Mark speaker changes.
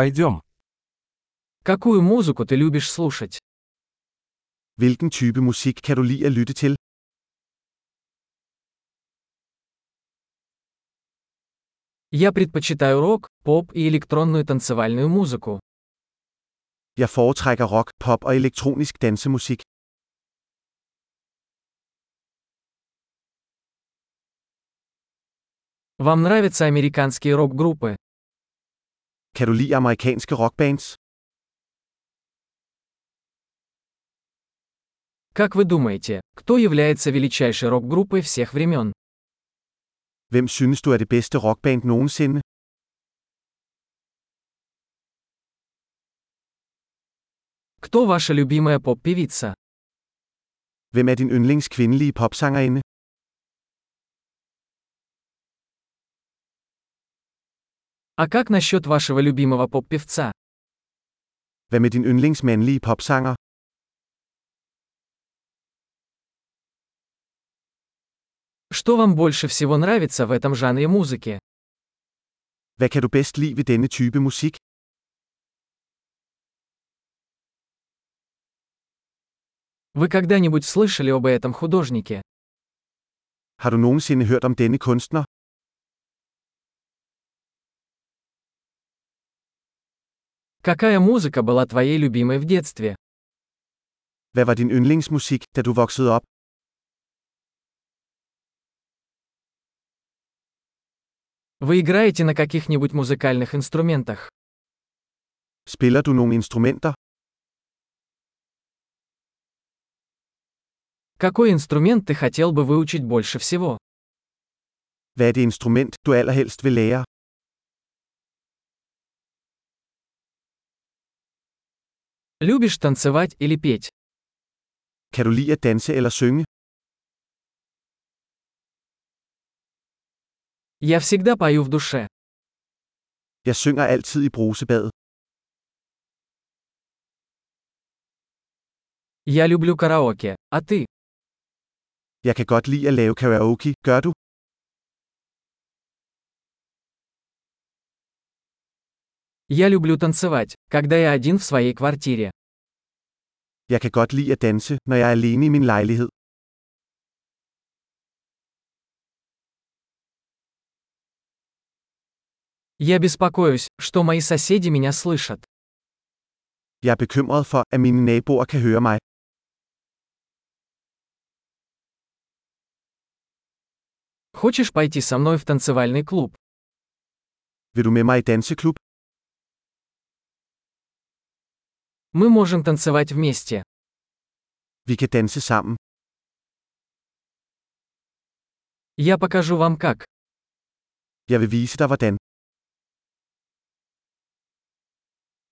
Speaker 1: Пойдем.
Speaker 2: Какую музыку ты любишь слушать?
Speaker 3: Hvilken type musik kan du lide at lytte til?
Speaker 2: Я предпочитаю рок, поп и электронную танцевальную музыку.
Speaker 3: Jeg foretrækker rock, pop og elektronisk dansemusik.
Speaker 2: Вам нравятся американские рок-группы?
Speaker 3: Kan du lide amerikanske rockbands?
Speaker 2: Как вы думаете, кто является величайшей рок-группой всех времен?
Speaker 3: Hvem synes du er det bedste rockband nogensinde?
Speaker 2: Кто ваша любимая поп-певица?
Speaker 3: Hvem er din yndlings kvindelige popsangerinde?
Speaker 2: А как насчет вашего любимого поп-певца?
Speaker 3: Hvad med din yndlings mandlige popsanger?
Speaker 2: Что вам больше всего нравится в этом жанре музыки?
Speaker 3: Hvad kan du bedst lide ved denne type musik?
Speaker 2: Вы когда-нибудь слышали об этом художнике?
Speaker 3: Har du nogensinde hørt om denne kunstner?
Speaker 2: Какая музыка была твоей любимой в детстве?
Speaker 3: Hvad var din yndlingsmusik, da du voksede op?
Speaker 2: Вы играете на каких-нибудь музыкальных инструментах?
Speaker 3: Spiller du nogle instrumenter?
Speaker 2: Какой инструмент ты хотел бы выучить больше всего?
Speaker 3: Hvad er det instrument, du allerhelst vil lære?
Speaker 2: Любишь танцевать или петь?
Speaker 3: Kan du lide at danse eller synge?
Speaker 2: Я всегда пою в душе.
Speaker 3: Jeg synger altid i brusebadet.
Speaker 2: Я люблю караоке. А ты?
Speaker 3: Jeg kan godt lide at lave karaoke, gør du?
Speaker 2: Я люблю танцевать, когда я один в своей квартире.
Speaker 3: Jeg kan godt lide at danse, når jeg er alene i min lejlighed.
Speaker 2: Я беспокоюсь, что мои соседи меня слышат.
Speaker 3: Jeg er bekymret for, at mine naboer kan høre mig.
Speaker 2: Хочешь пойти со мной в танцевальный клуб?
Speaker 3: Vil du med mig i danseklub?
Speaker 2: Мы можем танцевать вместе.
Speaker 3: Vi kan danse sammen.
Speaker 2: Я покажу вам как.
Speaker 3: Jeg vil vise dig hvordan.